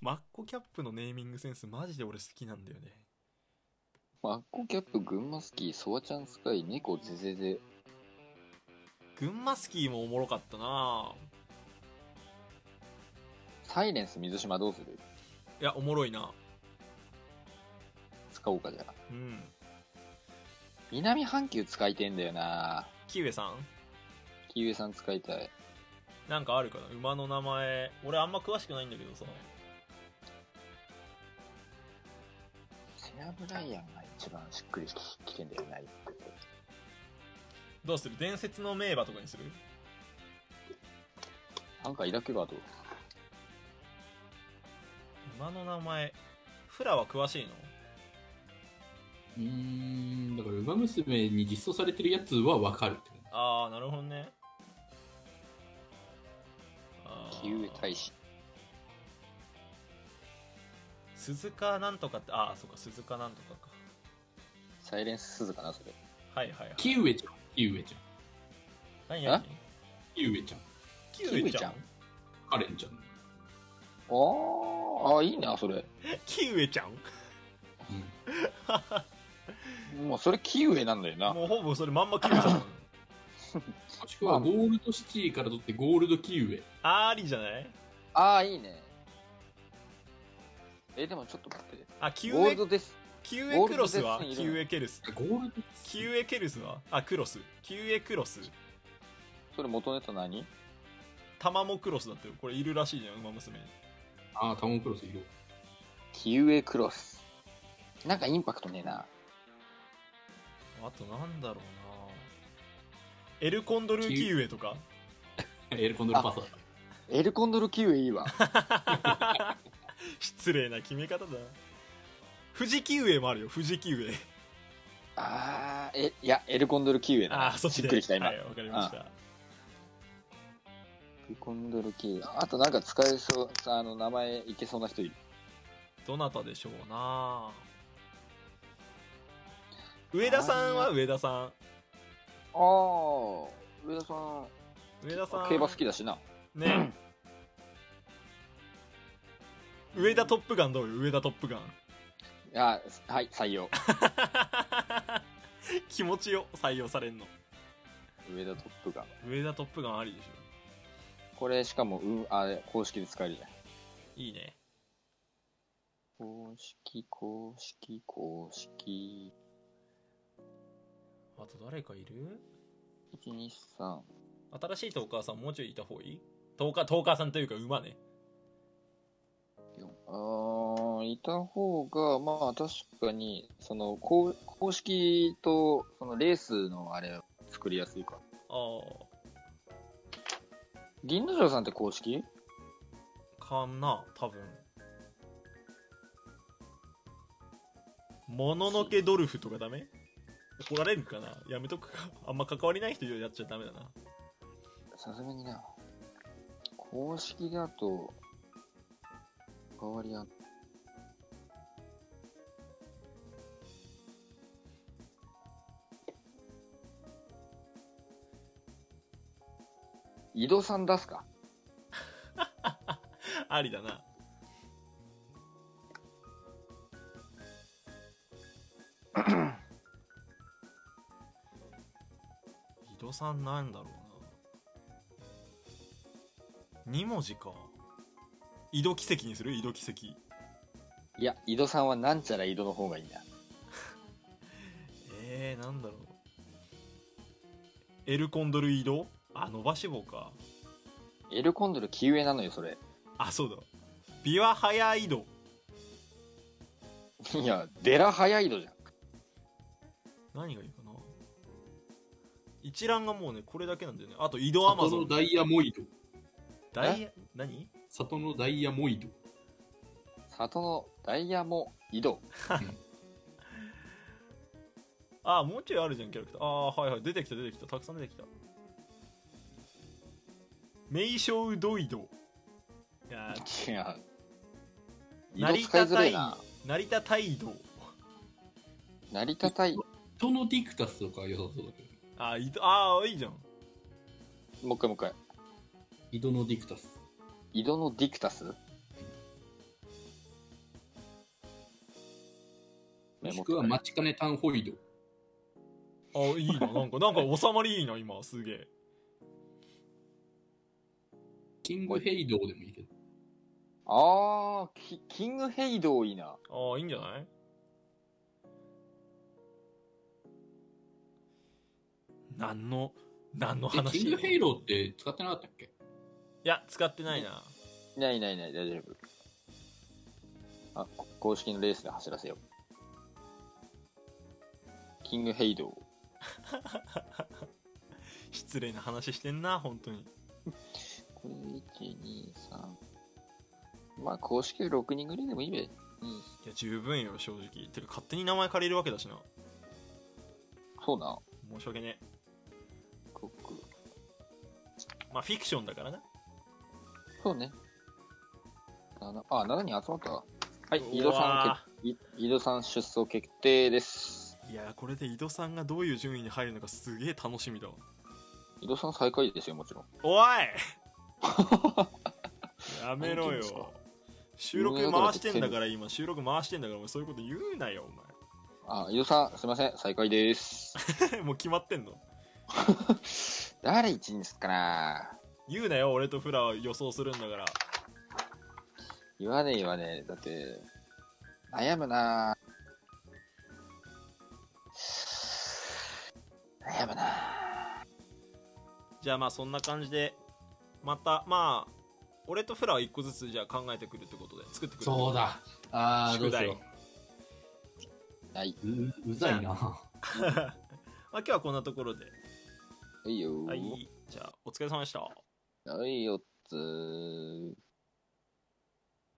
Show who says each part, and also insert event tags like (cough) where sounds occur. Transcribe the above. Speaker 1: マッコキャップのネーミングセンスマジで俺好きなんだよね
Speaker 2: マッコキャップ、群馬スキー、ソワちゃんスカイ、猫ゼゼゼ。
Speaker 1: 群馬スキーもおもろかったな
Speaker 2: サイレンス、水島どうする
Speaker 1: いやおもろいな
Speaker 2: 使おうかじゃあ。
Speaker 1: うん
Speaker 2: 南半球使いてえんだよな
Speaker 1: キウエさん
Speaker 2: キウエさん使いたい。
Speaker 1: なんかあるかな馬の名前俺あんま詳しくないんだけどさ
Speaker 2: セアブライアンが一番しっくりきてんだよな、一個
Speaker 1: どうする伝説の名馬とかにする
Speaker 2: なんかイラクバード。
Speaker 1: 馬の名前フラは詳しいの
Speaker 3: うーん、だから、馬娘に実装されてるやつはわかるって感じ。
Speaker 1: ああなるほどねあー
Speaker 2: キウエ大使。
Speaker 1: 鈴鹿なんとかってああそうか鈴鹿なんとかか
Speaker 2: サイレンス鈴かな、それ。
Speaker 1: はいはいはい
Speaker 3: キウエちゃん、キウエちゃん、
Speaker 1: 何や
Speaker 3: キウエちゃん、
Speaker 1: キウエちゃん
Speaker 2: キウ
Speaker 3: カレンちゃん。うん
Speaker 2: ああ、いいな、それ。
Speaker 1: キウエちゃん
Speaker 2: もうそれキウエなんだよな。
Speaker 1: もうほぼそれまんまキウエちゃんなの
Speaker 3: もしくは、ゴールドシティから取ってゴールドキウエ。
Speaker 1: あーありじゃない
Speaker 2: ああ、いいね。え、でもちょっと待って。
Speaker 1: あキウ
Speaker 2: ゴール
Speaker 1: エ
Speaker 2: ドです。
Speaker 1: キウエクロスは
Speaker 2: ゴールドデッセンいる
Speaker 1: キウエケルス
Speaker 3: ゴールド
Speaker 1: キウエケルスはあクロスキウエクロス
Speaker 2: それ元ネタ何
Speaker 1: タマモクロスだってこれいるらしいじゃん馬娘に
Speaker 3: ああ、タモンクロスいる。
Speaker 2: キウエクロス。なんかインパクトねえな。
Speaker 1: あとなんだろうなエルコンドルキウエとか
Speaker 3: エルコンドルパサー。
Speaker 2: エルコンドルキウエいいわ。
Speaker 1: 失礼な決め方だな富士キウエもあるよ富士キウエ
Speaker 2: ああ、え、いや、エルコンドルキウエだな。
Speaker 1: あーそっち
Speaker 2: し
Speaker 1: で
Speaker 2: っくりきた今。
Speaker 1: はいわかりました
Speaker 2: エルコンドルキウエ。あとなんか使えそう、さあの、名前いけそうな人いる。
Speaker 1: どなたでしょうな上田さんは上田さ
Speaker 2: ああ、上田さん。
Speaker 1: ん上田さん
Speaker 2: 競馬好きだしな。
Speaker 1: ね上田トップガンどうよ上田トップガン (laughs)
Speaker 2: あはい、採用。
Speaker 1: 気持ちよ採用されんの
Speaker 2: 上田トップガン。
Speaker 1: 上田トップガンありでし
Speaker 2: これ、しかも、うん、あれ、公式で使えるじゃん。
Speaker 1: ょいいね
Speaker 2: 公式、公式、公式。
Speaker 1: あと誰かいる
Speaker 2: 1、2、3。
Speaker 1: 新しいトーカーさんもうちょいいた方がいいトーカートーカーさんというか馬ね
Speaker 2: あーいた方が、まあ確かに、その、公公式と、そのレースのあれ、作りやすいか。
Speaker 1: あ
Speaker 2: 銀之丞さんって公式
Speaker 1: あかな多分もののけドルフとかダメ怒られるかなやめとくかあんま関わりない人やっちゃダメだな
Speaker 2: さすがにな。公式だと、変わりやん。井戸さん出すか
Speaker 1: ありだ (coughs) な井戸さんなんだろうな2文字か井戸奇跡にする井戸奇跡
Speaker 2: いや、井戸さんはなんちゃら井戸の方がいいな。
Speaker 1: えー、なんだろうエルコンドル井戸あ伸ばし棒か
Speaker 2: エルコンドルキウエなのよ、それ。 (laughs)
Speaker 1: あそうだビワハヤ井戸
Speaker 2: いや、デラ早いのじゃん。
Speaker 1: 何がいいかな一覧がもうねこれだけなんだよねあと井戸アマゾ
Speaker 3: 里
Speaker 1: ン
Speaker 3: のダイヤモイド。
Speaker 1: ダイヤ何
Speaker 3: 里のダイヤモイド。
Speaker 2: 里のダイヤモ井 (laughs) 戸。
Speaker 1: あもうちょいあるじゃんキャラクターあーはいはい出てきた出てきたたくさん出てきた名称ドイドいやー
Speaker 2: 違う。井戸
Speaker 1: 成
Speaker 2: 使い
Speaker 1: 田
Speaker 2: づら
Speaker 1: 態
Speaker 2: いな。
Speaker 1: 成田態度
Speaker 2: 成田対、も
Speaker 3: 人のディクタスとか良さそうだけど。
Speaker 1: あー井戸あーいいじゃん
Speaker 2: う一回もう一回。
Speaker 3: 井戸のディクタス。
Speaker 2: 井戸のディクタス
Speaker 3: もしくは待ちかねタンホイド。
Speaker 1: あいいななんかなんか収まりいいな今すげえ
Speaker 3: キングヘイドーでもいいけど。
Speaker 2: あーキ、キングヘイドーいいな。
Speaker 1: ああいいんじゃないなんのなんの
Speaker 3: え
Speaker 1: 話
Speaker 3: キングヘイドーって使ってなかったっけ
Speaker 1: いや使ってないな
Speaker 2: ないないない、大丈夫。あ、こ公式のレースで走らせよう。キングヘイドー。
Speaker 1: 失礼な話してんな本当に
Speaker 2: これ、1、2、3。まあ、公式で6人ぐらいでもいいべ。うん。
Speaker 1: いや十分よ正直てか勝手に名前借りるわけだしな
Speaker 2: そうな。
Speaker 1: 申し訳ねえ
Speaker 2: ここ
Speaker 1: まあフィクションだからな
Speaker 2: そうね。7、あ、7人集まったわ。はいう
Speaker 1: わ、ー
Speaker 2: 井戸さんけ、い井戸さん出走決定です。
Speaker 1: いやーこれで井戸さんがどういう順位に入るのかすげえ楽しみだわ
Speaker 2: 井戸さん最下位ですよ、もちろん。 (laughs)
Speaker 1: おいやめろ
Speaker 2: 何言ってんすか
Speaker 1: よ収録回してんだから今収録回してんだからお前そういうこと言うなよ
Speaker 2: あ、井戸さん、すいません、最下位 (laughs) です。
Speaker 1: お前 (laughs) もう決まってんの
Speaker 2: 誰1位にすっかな
Speaker 1: 言うなよ俺とフラは予想するんだから
Speaker 2: 言わねえ言わねえ。だって、悩むな悩むな
Speaker 1: じゃあまあそんな感じでまたまあ俺とフラは一個ずつじゃあ考えてくるってことで作ってくる
Speaker 3: そうだ。ああ、
Speaker 1: 宿
Speaker 3: どうし
Speaker 1: 題
Speaker 3: よ
Speaker 2: はい。
Speaker 3: う。ううざいな。
Speaker 1: まあ、今日はこんなところで
Speaker 2: はいよー。
Speaker 1: はいじゃあお疲れ様でした
Speaker 2: はいよっつー。